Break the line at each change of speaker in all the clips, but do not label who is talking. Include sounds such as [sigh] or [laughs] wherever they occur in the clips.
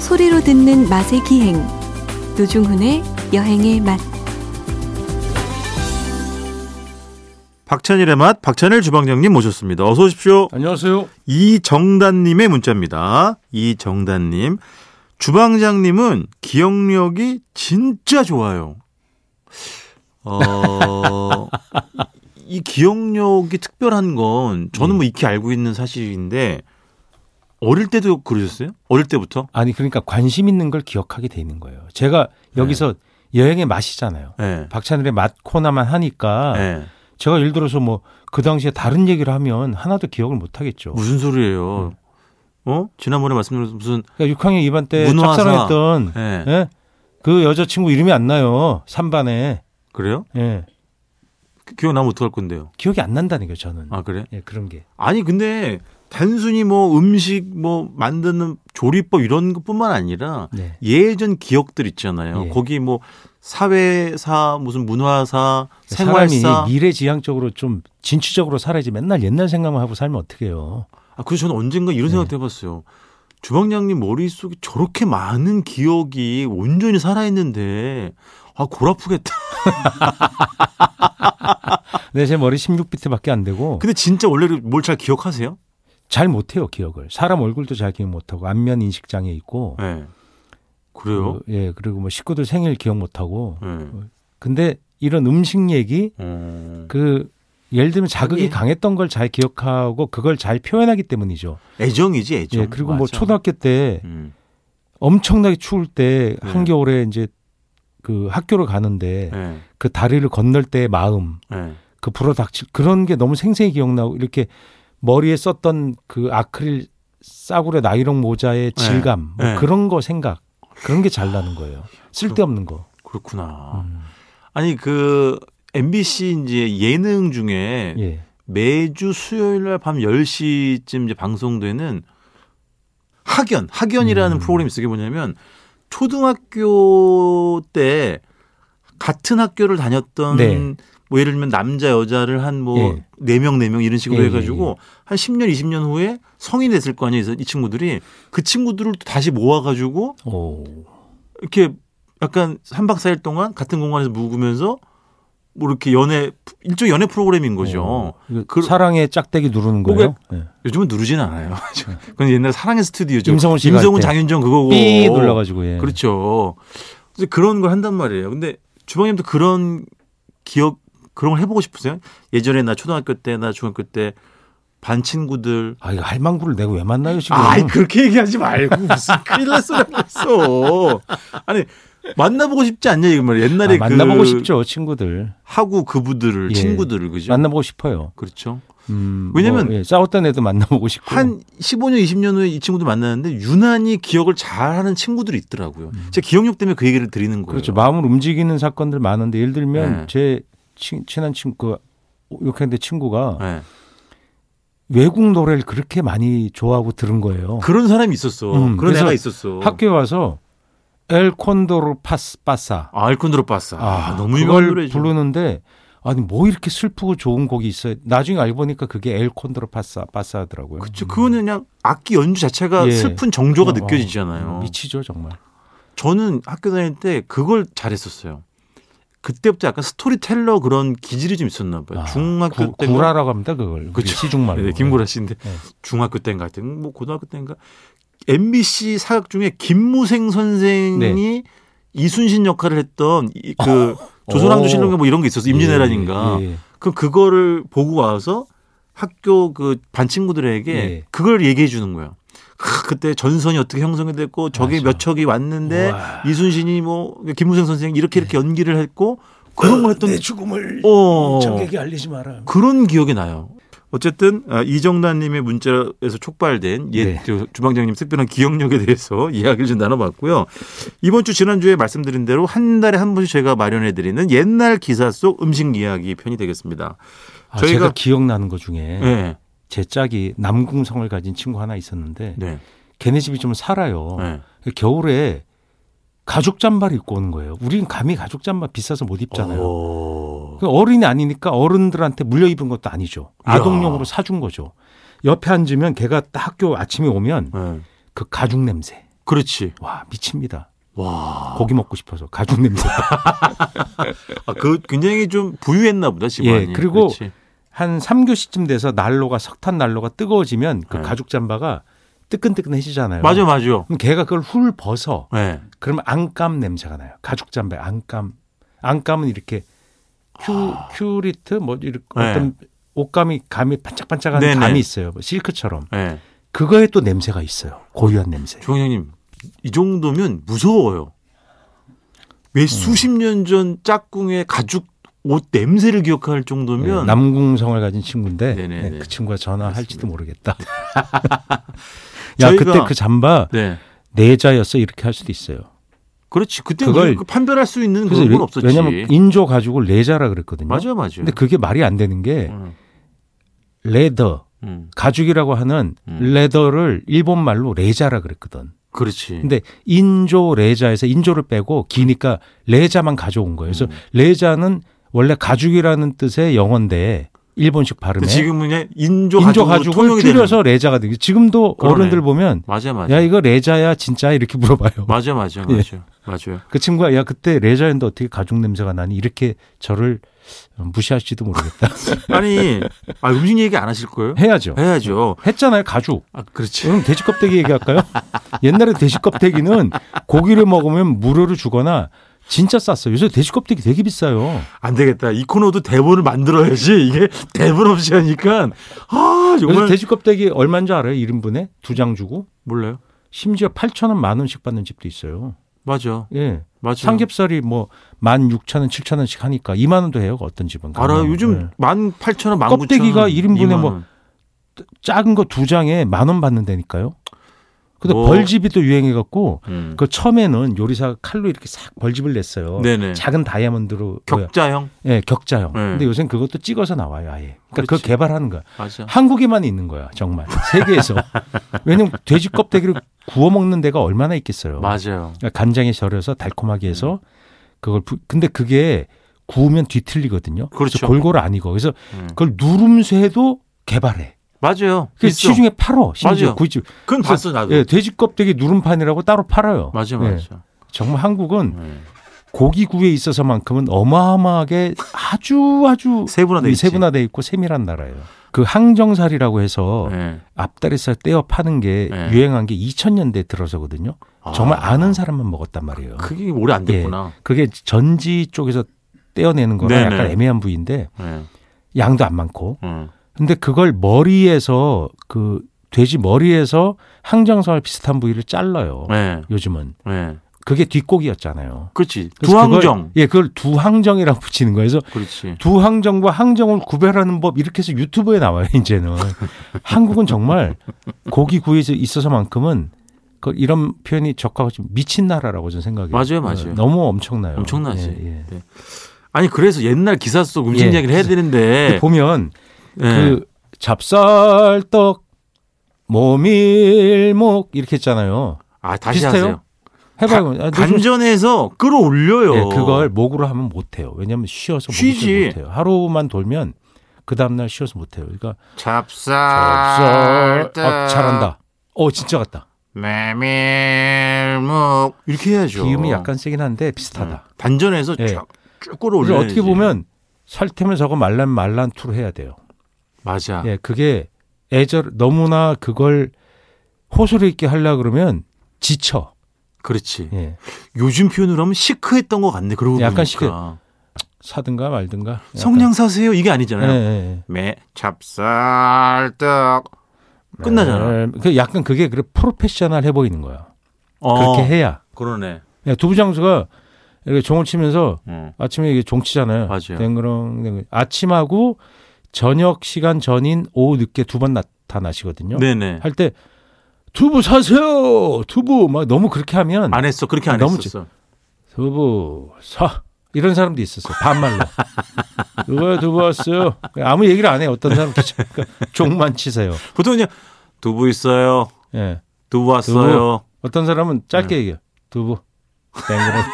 소리로 듣는 맛의 기행 노중훈의 여행의 맛
박찬일의 맛 박찬일 주방장님 모셨습니다. 어서 오십시오.
안녕하세요.
이정단님의 문자입니다. 이정단님 주방장님은 기억력이 진짜 좋아요. 어, [laughs] 이 기억력이 특별한 건 저는 뭐 익히 알고 있는 사실인데 어릴 때도 그러셨어요? 어릴 때부터?
아니 그러니까 관심 있는 걸 기억하게 돼 있는 거예요. 제가 여기서 여행의 맛이잖아요.
네.
박찬일의 맛 코너만 하니까
네.
제가 예를 들어서 뭐 그 당시에 다른 얘기를 하면 하나도 기억을 못 하겠죠.
무슨 소리예요? 어? 지난번에 말씀드린 무슨
그러니까 6학년 2반 때
문화사.
짝사랑했던
네.
예? 그 여자친구 이름이 안 나요. 3반에
그래요?
예.
기억나면 어떡할 건데요?
기억이 안 난다는 거예요. 저는
아 그래?
예, 그런 게
아니 근데 단순히 뭐 음식 뭐 만드는 조리법 이런 것뿐만 아니라
네.
예전 기억들 있잖아요.
예.
거기 뭐 사회사 무슨 문화사 생활사
그 그러니까 사람이 미래지향적으로 좀 진취적으로 살아야지 맨날 옛날 생각만 하고 살면 어떡해요.
아 그래서 저는 언젠가 이런
네.
생각도 해봤어요. 주방장님 머릿속에 저렇게 많은 기억이 온전히 살아있는데 아 골아프겠다. [laughs]
근데 네, 제 머리 16비트밖에 안 되고
근데 진짜 원래 뭘 잘 기억하세요?
잘 못해요 기억을 사람 얼굴도 잘 기억 못하고 안면 인식 장애 있고
예. 그래요?
그, 예 그리고 뭐 식구들 생일 기억 못하고
예.
그 근데 이런 음식 얘기
어.
그 예를 들면 자극이
예.
강했던 걸 잘 기억하고 그걸 잘 표현하기 때문이죠
애정이지 애정.
예 그리고 뭐
그렇죠. 맞아.
초등학교 때
음.
엄청나게 추울 때
네.
한겨울에 이제 그 학교를 가는데
예.
그 다리를 건널 때의 마음
예.
그 불어닥칠 그런 게 너무 생생히 기억나고 이렇게 머리에 썼던 그 아크릴 싸구려 나이롱 모자의
네.
질감 뭐
네.
그런 거 생각 그런 게 잘 나는 거예요. 쓸데없는 거.
그렇구나.
음.
아니 그 MBC 이제 예능 중에
예.
매주 수요일 날밤 10시쯤 이제 방송되는 학연, 학연이라는
음.
프로그램이 있어요. 이게 뭐냐면 초등학교 때 같은 학교를 다녔던
네.
뭐 예를 들면 남자 여자를 한 뭐
예.
네 명 네 명 이런 식으로
예,
해 가지고 한 10년 20년 후에 성인이 됐을 거 아니에요. 이 친구들이 그 친구들을 또 다시 모아 가지고
오.
이렇게 약간 3박 4일 동안 같은 공간에서 묵으면서 뭐 이렇게 연애 일종 연애 프로그램인 거죠.
오. 이거
그-
사랑의 짝대기 누르는
그게-
거예요. 예.
요즘은 누르진 않아요. [laughs] 그건 옛날 사랑의 스튜디오죠.
임성훈 씨가
임성훈
할 때.
장윤정 그거고.
삐 눌러가지고 예.
그렇죠. 그래서 그런 걸 한단 말이에요. 근데 주방님도 그런 기억 그런 걸 해보고 싶으세요? 예전에 나 초등학교 때 나 중학교 때 반 친구들.
아 이거 할망구를 내고 왜 만나요 지금?
아이 그렇게 얘기하지 말고 무슨 큰일 날 소리 했어. [laughs] 아니 만나보고 싶지 않냐 이거 말이에요. 옛날에
아, 만나보고
그
싶죠 친구들.
하고 그부들을
예.
친구들을 그죠?
만나보고 싶어요.
그렇죠.
음,
왜냐면
뭐, 예, 싸웠던 애도 만나보고 싶고.
한 15년, 20년 후에 이 친구들 만나는데 유난히 기억을 잘하는 친구들이 있더라고요. 제 기억력 때문에 그 얘기를 드리는 거예요.
음. 그렇죠. 마음을 움직이는 사건들 많은데 예를 들면
네.
제 친, 친한 친구 욕했는데 친구가
예.
외국 노래를 그렇게 많이 좋아하고 들은 거예요.
그런 사람이 있었어.
음,
그런
그래서
애가 있었어.
학교에 와서 엘 콘도르 파스 빠사.
아, 알콘드로 봤어. 아, 너무 유명한
그걸
노래죠.
부르는데 아니 뭐 이렇게 슬프고 좋은 곡이 있어요. 나중에 알고 보니까 그게 엘 콘도르 파사 빠사더라고요.
그쵸. 그거는 그냥 악기 연주 자체가
예.
슬픈 정조가
어,
느껴지잖아요.
음, 미치죠 정말.
저는 학교 다닐 때 그걸 잘했었어요. 그때부터 약간 스토리텔러 그런 기질이 좀 있었나 봐요.
아,
그 중학교
구,
때
구라라고 합니다 그걸.
그쵸.
시중말로.
네, 김구라 씨인데
네.
중학교 때인가 하여튼 뭐 고등학교 때인가 MBC 사극 중에 김무생 선생이 이순신 역할을 했던 이- 그 조선왕조
네. 어.
실록에 뭐 이런 게 있었어 임진왜란인가
예, 예.
그 그거를 보고 와서 학교 그 반 친구들에게
예.
그걸 얘기해 주는 거야. 크, 그때 전선이 어떻게 형성이 됐고 적이
맞아.
몇 척이 왔는데
우와. 네.
이순신이 뭐 김무생 선생 이 이렇게 이렇게 연기를 했고 그런
아,
걸 했던 네.
죽음을
어.
알리지 마라.
그런 기억이 나요. 어쨌든 아, 이정단님의 문자에서 촉발된 옛
네.
저 주방장님 특별한 기억력에 대해서 [laughs] 이야기를 좀 나눠봤고요. 이번 주 지난주에 말씀드린 대로 한 달에 한 번씩 저희가 마련해드리는 옛날 기사 속 음식 이야기 편이 되겠습니다.
아,
저희가-
제가 기억나는 것 중에
네.
제 짝이 남궁성을 가진 친구 하나 있었는데
네.
걔네 집이 좀 살아요.
네.
겨울에 가죽 잠바를 입고 오는 거예요. 우린 감히 가죽 잠바 비싸서 못
어.
입잖아요.
오.
그 어른이 아니니까 어른들한테 물려 입은 것도 아니죠.
이야.
아동용으로 사준 거죠. 옆에 앉으면 걔가 딱 학교 아침에 오면
네.
그 가죽 냄새.
그렇지.
와 미칩니다.
와.
고기 먹고 싶어서 가죽 냄새.
[laughs] 아, 그 굉장히 좀 부유했나 보다 집안이.
예, 그리고
그렇지.
한 3교시쯤 돼서 난로가 석탄 난로가 뜨거워지면 그
네.
가죽 잠바가 뜨끈뜨끈해지잖아요.
맞아 맞아.
그럼 걔가 그걸 훌 벗어.
예.
그러면 안감 냄새가 나요. 가죽 잠배 안감. 안감은 이렇게 큐 큐리트 뭐 이렇게
아. 네.
어떤 옷감이 감이 반짝반짝한
네네.
감이 있어요. 뭐 실크처럼.
예.
그거에 또 냄새가 있어요. 고유한 냄새.
조영님 이 정도면 무서워요. 왜
음.
수십 년 전 짝꿍의 가죽 옷 냄새를 기억할 정도면
네, 남궁성을 가진 친구인데
네네네. 네.
네, 그 친구가 전화할지도 모르겠다. [laughs] 야
저희가-
그때 그 잠바
네.
내자였어 이렇게 할 수도 있어요.
그렇지. 그때
그걸-
그걸 판별할 수 있는
그래서
그런 건
왜-
없었지.
왜냐면 인조 가죽을 레자라 그랬거든요.
맞아요, 맞아요.
근데 그게 말이 안 되는 게
음,
레더
음.
가죽이라고 하는
음.
레더를 일본 말로 레자라 그랬거든.
그렇지.
근데 인조 레자에서 인조를 빼고 기니까 레자만 가져온 거예요. 그래서
음.
레자는 원래 가죽이라는 뜻의 영어인데 일본식
근데
발음에
지금은 그냥 인조, 가죽으로
인조 가죽을
통용이 되는
줄여서 레자가 되고 지금도
그러네.
어른들 보면
맞아 맞아.
야 이거 레자야 진짜 이렇게 물어봐요.
맞아 맞아
예.
맞아. 맞아요.
그 친구가 야 그때 레자인데 어떻게 가죽 냄새가 나니 이렇게 저를
[laughs]
무시할지도 모르겠다.
아니, 아 음식 얘기 안 하실 거예요?
해야죠.
해야죠.
했잖아요 가죽.
아, 그렇지.
그럼 돼지 껍데기 얘기할까요? 옛날에 돼지 껍데기는 고기를 먹으면 무료로 주거나 진짜 쌌어요. 요새 돼지 껍데기 되게 비싸요.
안 되겠다. 이 코너도 대본을 만들어야지. 이게 [laughs] 대본 없이 하니까 아,
요새
정말
돼지 껍데기 얼마인 줄 알아요? 1인분에 두 장 주고
몰라요.
심지어 8천 원, 만 원씩 받는 집도 있어요.
맞아.
예.
맞아.
삼겹살이 뭐 16,000원, 7,000원씩 하니까 2만 원도 해요. 어떤 집은.
알아요.
가면.
요즘
예.
18,000원, 19,000원.
껍데기가 일인분에
2만
뭐
원.
작은 거 두 장에 만 원 받는다니까요. 근데
뭐.
벌집이 또 유행해 갖고
음.
그 처음에는 요리사가 칼로 이렇게 싹 벌집을 냈어요.
네네.
작은 다이아몬드로 뭐야,
격자형.
예, 격자형.
네.
근데 요새는 그것도 찍어서 나와요, 아예. 그러니까 그걸
그렇지.
개발하는 거야.
맞아.
한국에만 있는 거야, 정말.
[laughs]
세계에서. 왜냐면 돼지 껍데기를 구워 먹는 데가 얼마나 있겠어요.
맞아요.
그러니까 간장에 절여서 달콤하게 해서 그걸 부- 근데 그게 구우면 뒤틀리거든요.
그렇죠.
그래서 골고루 안 익어. 그래서
음.
그걸 누름쇠도 개발해.
맞아요.
그
있어.
시중에 팔어. 심지어
맞아요.
구이집.
그건 봤어 나도.
예, 돼지 껍데기 누름판이라고 따로 팔아요.
맞아
예,
맞아.
정말 한국은
음.
고기구에 있어서만큼은 어마어마하게 아주 아주
세분화돼 있지.
세분화돼 있고 세밀한 나라예요. 네. 그 항정살이라고 해서
예.
앞다리살 떼어 파는 게
네.
유행한 게 2000년대 들어서거든요.
아,
정말 아는 사람만 먹었단 말이에요. 그...
그게 오래 안 됐구나.
게 전지 쪽에서 떼어내는 거랑
네네.
약간 애매한 부위인데
예.
양도 안 많고.
음.
근데 그걸 머리에서 그 돼지 머리에서 항정살 비슷한 부위를 잘라요.
예.
요즘은
예.
그게 뒷고기였잖아요.
그렇지.
그래서
두항정.
그걸, 예, 그걸 두항정이라고 [laughs] 붙이는 거예요. 그래서
그렇지.
두항정과 항정을 구별하는 법 이렇게 해서 유튜브에 나와요.
[laughs]
이제는 한국은 정말 고기 구이에 있어서만큼은 그 이런 표현이 적하고 좀 미친 나라라고 저는 생각해요.
맞아요, 맞아요.
예, 너무 엄청나요.
엄청나지.
예, 예.
네. 아니 그래서 옛날 기사 속 음식
예.
이야기를 해야 되는데
보면
예.
그 잡쌀떡 모밀목 이렇게 했잖아요.
아 다시
비슷해요?
하세요.
해봐요. 아,
네,
요즘-
반전해서 끌어올려요.
예, 그걸 목으로 하면 못해요. 왜냐하면 쉬어서
쉬지.
못해요. 하루만 돌면 그 다음날 쉬어서 못해요. 그러니까
잡쌀
아, 잘한다. 어 진짜 같다.
메밀묵
이렇게 해야죠.
기음이 약간 세긴 한데 비슷하다.
음, 반전해서
예.
쭉, 쭉
그래서
끌어올려.
어떻게 보면 설태면 저거 말란 말란 투로 해야 돼요.
맞아.
예, 그게 애절 너무나 그걸 호소력 있게 하려 그러면 지쳐.
그렇지.
예,
요즘 표현으로 하면 시크했던 것 같네. 그러고
약간
보니까.
시크해. 사든가 말든가. 약간.
성냥 사세요 이게
예,
아니잖아요.
예,
매
쌀떡
예.
끝나잖아.
예, 그 약간 그게 그래 프로페셔널 해 보이는 거야. 그렇게 해야.
어. 그러네.
예, 두부 장수가 이렇게 종을 치면서
음.
아침에 이게 종치잖아요. 네,
맞아요.
댕그렁 댕그렁. 아침하고 저녁 시간 전인 오후 늦게 두 번 나타나시거든요.
어. 네네.
할 때 두부 사세요. 두부 막 너무 그렇게 하면
안 했어. 그렇게 안
아, 너무
했었어.
두부 사 이런 사람도 있었어. 반말로 [laughs] 누가 두부 왔어요. 아무 얘기를 안 해. 어떤 사람 귀찮으니까 종만 치세요.
보통 그냥 두부 있어요.
예.
두부 왔어요.
어떤 사람은 짧게
네.
얘기해. 요 두부 네, 땡그런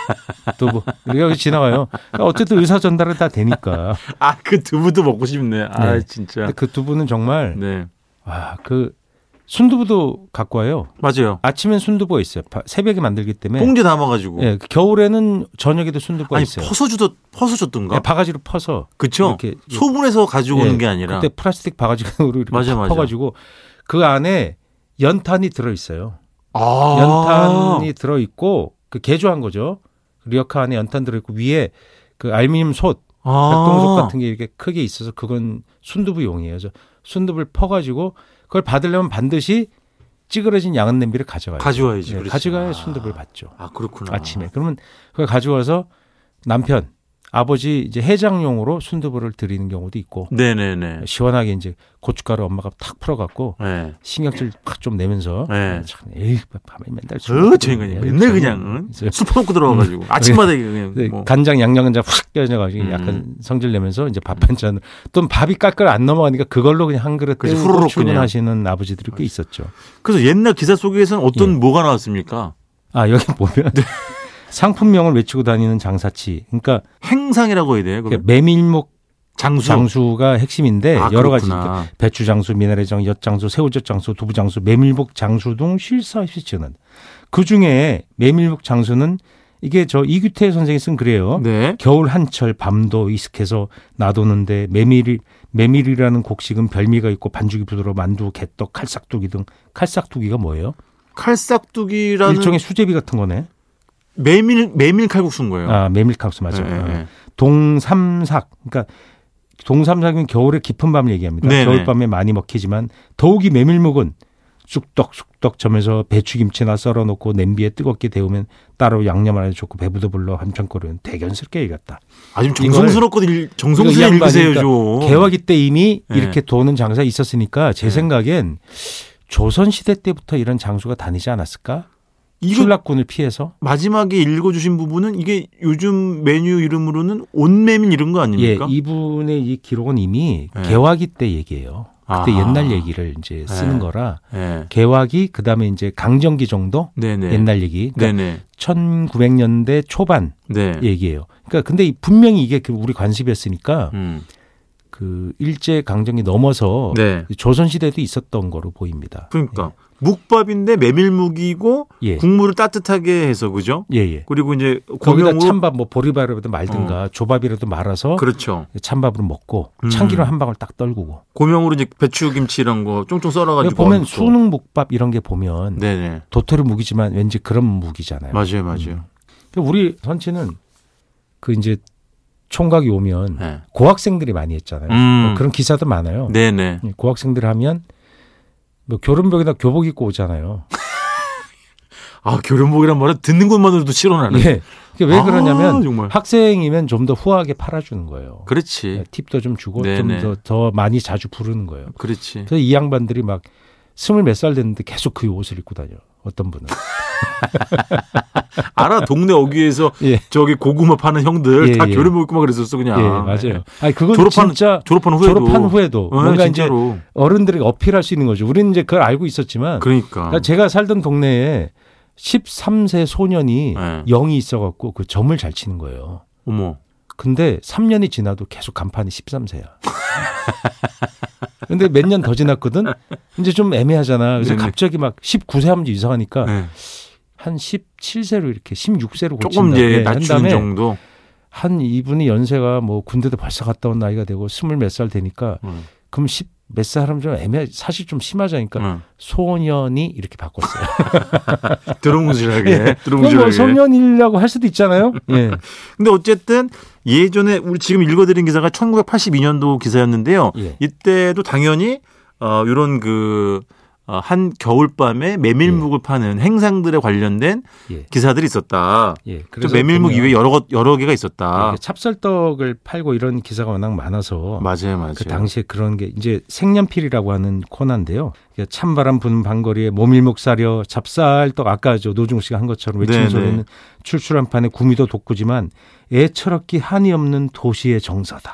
두부 우리가 지나가요. 그러니까 어쨌든 의사 전달은 다 되니까.
아 그 두부도 먹고 싶네. 아
네.
진짜.
근데 그 두부는 정말
네.
와 그 순두부도 갖고 와요.
맞아요.
아침엔 순두부가 있어요. 바- 새벽에 만들기 때문에.
뽕지 담아가지고.
예, 겨울에는 저녁에도 순두부가
아니
네. 있어요.
퍼서 주던 퍼서 줬던가.
예, 바가지로 퍼서
그쵸?
이렇게-
소분해서 가지고 오는
예,
게 아니라.
그때 플라스틱 바가지로 이렇게
맞아, 맞아.
퍼가지고 그 안에 연탄이 들어 있어요.
아.
연탄이 들어 있고 그 개조한 거죠. 리어카 안에 연탄 들어 있고 위에 그 알루미늄 솥
아.
백동석 같은 게 이렇게 크게 있어서 그건 순두부용이에요. 그래서 순두부를 퍼가지고 그걸 받으려면 반드시 찌그러진 양은 냄비를 가져가요.
가져와야지.
예,
그렇지.
가져가야
아.
순두부를 받죠.
아 그렇구나.
아침에. 그러면 그걸 가져와서 남편, 아버지 이제 해장용으로 순두부를 드리는 경우도 있고
네네네.
시원하게 이제 고춧가루 엄마가 탁 풀어갖고
네.
신경질 팍 좀 내면서
네.
참 에이 밤에 맨날
어, 저
네,
인간이 맨날 그냥
그래서
수퍼 놓고 들어와가지고 아침마다 이게 그냥
음. 네,
뭐.
간장 양념 간장 확 빼져가지고
음.
약간 성질 내면서 이제 밥 반찬 또는 밥이 깔깔 안 넘어가니까 그걸로 그냥 한 그릇
그렇지,
때우고
후루룩
출근하시는 아버지들이 꽤 있었죠.
그래서 옛날 기사 속에서는
네.
어떤 뭐가 나왔습니까?
아 여기 [laughs] 보면
네.
상품명을 외치고 다니는 장사치. 그러니까
행상이라고 해야 돼요. 그거?
메밀목
장수.
장수가 핵심인데
아,
여러 가지
그렇구나.
그러니까 배추 장수, 미나리 장, 엿 장수, 새우젓 장수, 두부 장수, 메밀목 장수 등 실사 없이 지는 그 중에 메밀목 장수는 이게 저 이규태 선생이 쓴 글이에요.
네.
겨울 한철 밤도 익숙해서 놔두는데 메밀이 메밀이라는 곡식은 별미가 있고 반죽이 부드러워 만두, 개떡, 칼싹두기 등 칼싹두기가 뭐예요?
칼싹두기라는
일종의 수제비 같은 거네.
메밀 메밀 칼국수인 거예요.
아 메밀칼국수 맞아요.
네,
아.
네.
동삼삭 그러니까 동삼삭은 겨울의 깊은 밤을 얘기합니다.
네,
겨울밤에 많이 먹히지만 더욱이 메밀묵은 쑥떡 쑥떡 점에서 배추김치나 썰어놓고 냄비에 뜨겁게 데우면 따로 양념 안 해도 좋고 배부도 불러 한참거리는 대견스럽게 읽었다.
아 지금 정성스럽고 일- 정성스레
이거 이
읽으세요,
양반이니까
좀.
개화기 때 이미
네.
이렇게 도는 장사 있었으니까 제
네.
생각엔 조선 시대 때부터 이런 장수가 다니지 않았을까?
이거
출락군을 피해서
마지막에 읽어주신 부분은 이게 요즘 메뉴 이름으로는 온메밀 이런 거 아닙니까?
예, 이분의 이 기록은 이미
네.
개화기 때 얘기예요. 그때
아하.
옛날 얘기를 이제 쓰는
네.
거라
예.
개화기 그다음에 이제 강정기 정도
네네.
옛날 얘기. 그러니까
네네.
1900년대 초반
네.
얘기예요. 그러니까 근데 이- 분명히 이게 그 우리 관습이었으니까
음.
그 일제 강점기 넘어서
네.
조선 시대도 있었던 거로 보입니다.
그러니까 묵밥인데 메밀묵이고
예.
국물을 따뜻하게 해서 그죠?
예, 예.
그리고 이제
거기다
고명으로 음.
찬밥 뭐 보리밥이라도 말든가 조밥이라도 말아서
그렇죠.
찬밥으로 먹고
음.
참기름 한 방울 딱 떨구고. 그러니까
고명으로 이제 배추김치 이런 거 쫑쫑 썰어가지고
보면
얹고.
수능 목밥 이런 게 보면
네네
도토리 묵이지만 왠지 그런 묵이잖아요.
맞아요 맞아요.
그러니까 우리 선치는 그 이제 총각이 오면
네.
고학생들이 많이 했잖아요.
음.
뭐 그런 기사도 많아요.
네네.
고학생들 하면 뭐 교름벽에다 교복 입고 오잖아요.
아 결혼복이란 말은 듣는 것만으로도 싫어나는.
예. 그게 왜
아,
그러냐면
정말.
학생이면 좀 더 후하게 팔아주는 거예요.
그렇지.
예, 팁도 좀 주고 좀
네네. 네.
더 더 많이 자주 부르는 거예요.
그렇지.
그래서 이 양반들이 막 스물 몇 살 됐는데 계속 그 옷을 입고 다녀. 어떤 분은.
알아 동네 어귀에서
예.
저기 고구마 파는 형들
예,
다
예.
결혼복 입고 막 그랬었어 그냥.
예, 맞아요. 아니 그건
네. 졸업한-
진짜
졸업한 후에도.
졸업한 후에도
어,
뭔가 이제
진짜로.
어른들이 어필할 수 있는 거죠. 우리는 이제 그걸 알고 있었지만
그러니까.
그러니까 제가 살던 동네에 13세 소년이
네.
영이 있어갖고 그 점을 잘 치는 거예요.
어머.
근데 3년이 지나도 계속 간판이 13세야. 근데 몇 년 더 지났거든? 이제 좀 애매하잖아. 그래서
네네.
갑자기 막 19세 하면 이제 이상하니까
네.
한 17세로 이렇게 16세로 아, 고친다.
조금 이제
예, 한
낮추는
다음에
정도.
한 이분이 연세가 뭐 군대도 벌써 갔다 온 나이가 되고 스물 몇 살 되니까
음.
그럼 10몇살 하면 좀 애매 사실 좀 심하자니까
응.
소년이 이렇게 바꿨어요.
[laughs] 어. 드렁지하게
그건 뭐
드렁지하게.
소년이라고 할 수도 있잖아요. [laughs] 예.
근데 어쨌든 예전에 우리 지금 읽어드린 기사가 1982년도 기사였는데요.
예.
이때도 당연히 어 이런 어, 그한 겨울밤에 메밀묵을 파는 행상들에 관련된
예.
기사들이 있었다.
예.
좀
그래서
메밀묵
보면
이외 여러 것- 여러 개가
이렇게
있었다.
찹쌀떡을 팔고 이런 기사가 워낙 많아서
맞아요, 맞아요.
그 당시에 그런 게 이제 생년필이라고 하는 코너인데요. 이게 찬바람 부는 방거리에 모밀목 사려 찹쌀떡 아까 저 노중 씨가 한 것처럼 외치는
네네.
소리는 출출한 판에 구미도 돋구지만 애처롭기 한이 없는 도시의 정서다.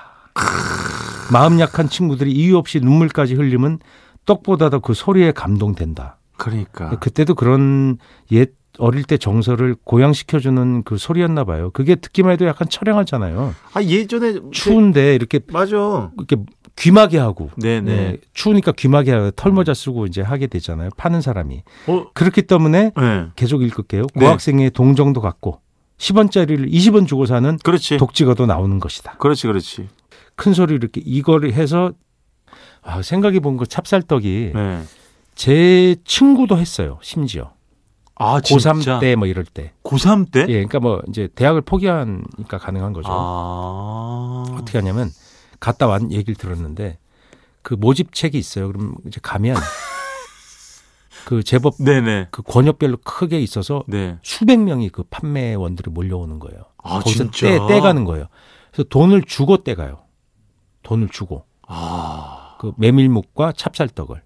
마음 약한 친구들이 이유 없이 눈물까지 흘림은 떡보다도 그 소리에 감동된다.
그러니까.
그때도 그런 옛 어릴 때 정서를 고양시켜주는 그 소리였나 봐요. 그게 듣기만 해도 약간 철량하잖아요.
아 예전에
추운데 이렇게
맞아.
이렇게 귀마개 하고
네네.
예, 추우니까 귀마개 하고 털모자 쓰고 이제 하게 되잖아요. 파는 사람이.
어,
그렇기 때문에
네.
계속 읽을게요.
네.
고학생의 동정도 갖고 10원짜리를 20원 주고 사는
그렇지.
독지가도 나오는 것이다.
그렇지, 그렇지.
큰 소리 이렇게 이걸 해서 아, 생각해 본 거 찹쌀떡이
네.
제 친구도 했어요. 심지어
아, 진짜?
고3 때 뭐 이럴 때.
고3 때?
예, 그러니까 뭐 이제 대학을 포기하니까 가능한 거죠.
아.
어떻게 하냐면 갔다 왔 얘기를 들었는데 그 모집 책이 있어요. 그럼
[laughs]
이제 가면 그 제법
네네.
그 권역별로 크게 있어서
네.
수백 명이 그 판매원들이 몰려오는 거예요.
아,
거기서
진짜?
떼, 떼가는 거예요. 그래서 돈을 주고 떼가요. 돈을 주고
아.
그 메밀묵과 찹쌀떡을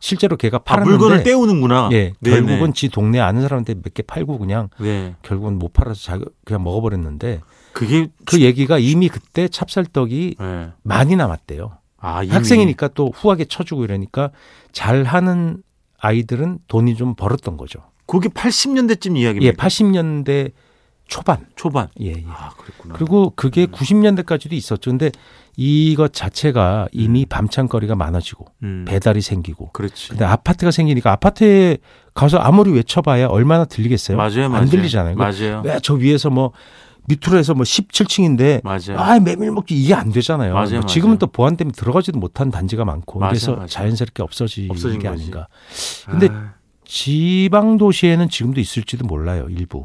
실제로 걔가
아,
팔았는데
물건을 때우는구나.
예,
네네.
결국은 지 동네 아는 사람한테 몇 개 팔고 그냥
네.
결국은 못 팔아서 자기 그냥 먹어버렸는데
그게
그 얘기가 이미 그때 찹쌀떡이
네.
많이 남았대요.
아, 이미.
학생이니까 또 후하게 쳐주고 이러니까 잘하는 아이들은 돈이 좀 벌었던 거죠.
그게 80년대쯤
예,
이야기입니다.
80년대 초반.
초반.
예, 예.
아, 그랬구나.
그리고
음.
그게 90년대까지도 있었죠. 근데 이것 자체가 이미 밤찬거리가 많아지고
음. 그렇죠.
배달이 생기고
그렇지.
근데 아파트가 생기니까 아파트에 가서 아무리 외쳐봐야 얼마나 들리겠어요?
맞아요, 맞아요.
안 들리잖아요.
맞아요.
왜 저 위에서 뭐 밑으로 해서 뭐 17층인데
맞아요.
아 메밀 먹기 이게 안 되잖아요.
네. 맞아요,
뭐
맞아요.
지금은 또 보안 때문에 들어가지도 못한 단지가 많고
맞아요,
그래서
맞아요.
자연스럽게 없어지는
없어진
게
거지.
아닌가. 근데
아,
지방 도시에는 지금도 있을지도 몰라요. 일부.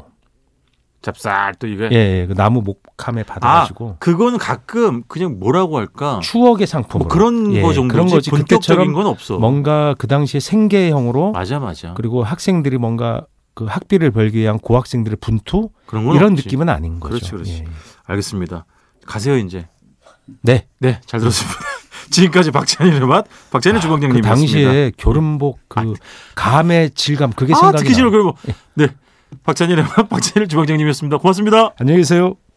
쌉쌀 또 이거.
예, 예, 그 나무 목함에
네. 아,
받아가지고
그건 가끔 그냥 뭐라고 할까?
추억의 상품.
뭐 그런 거 정도지.
예, 그런 거지.
본격적인
그때처럼
건 없어.
뭔가 그 당시에 생계형으로
맞아, 맞아.
그리고 학생들이 뭔가 그 학비를 벌기 위한 고학생들의 분투
그런 건
이런
없지.
느낌은 아닌 거죠.
그렇지, 그렇지.
예.
알겠습니다. 가세요 이제.
네.
네, 잘 들었습니다. [laughs] 지금까지 박찬일의 맛, 박찬일
그
주방장님이었습니다.
당시에 교름복 그 감의 질감 그게
아,
생각이
특히 지금
나요. 예.
[laughs] 그러면 네, 박찬일의 맛, 박찬일 주방장님이었습니다. 고맙습니다.
안녕히 계세요.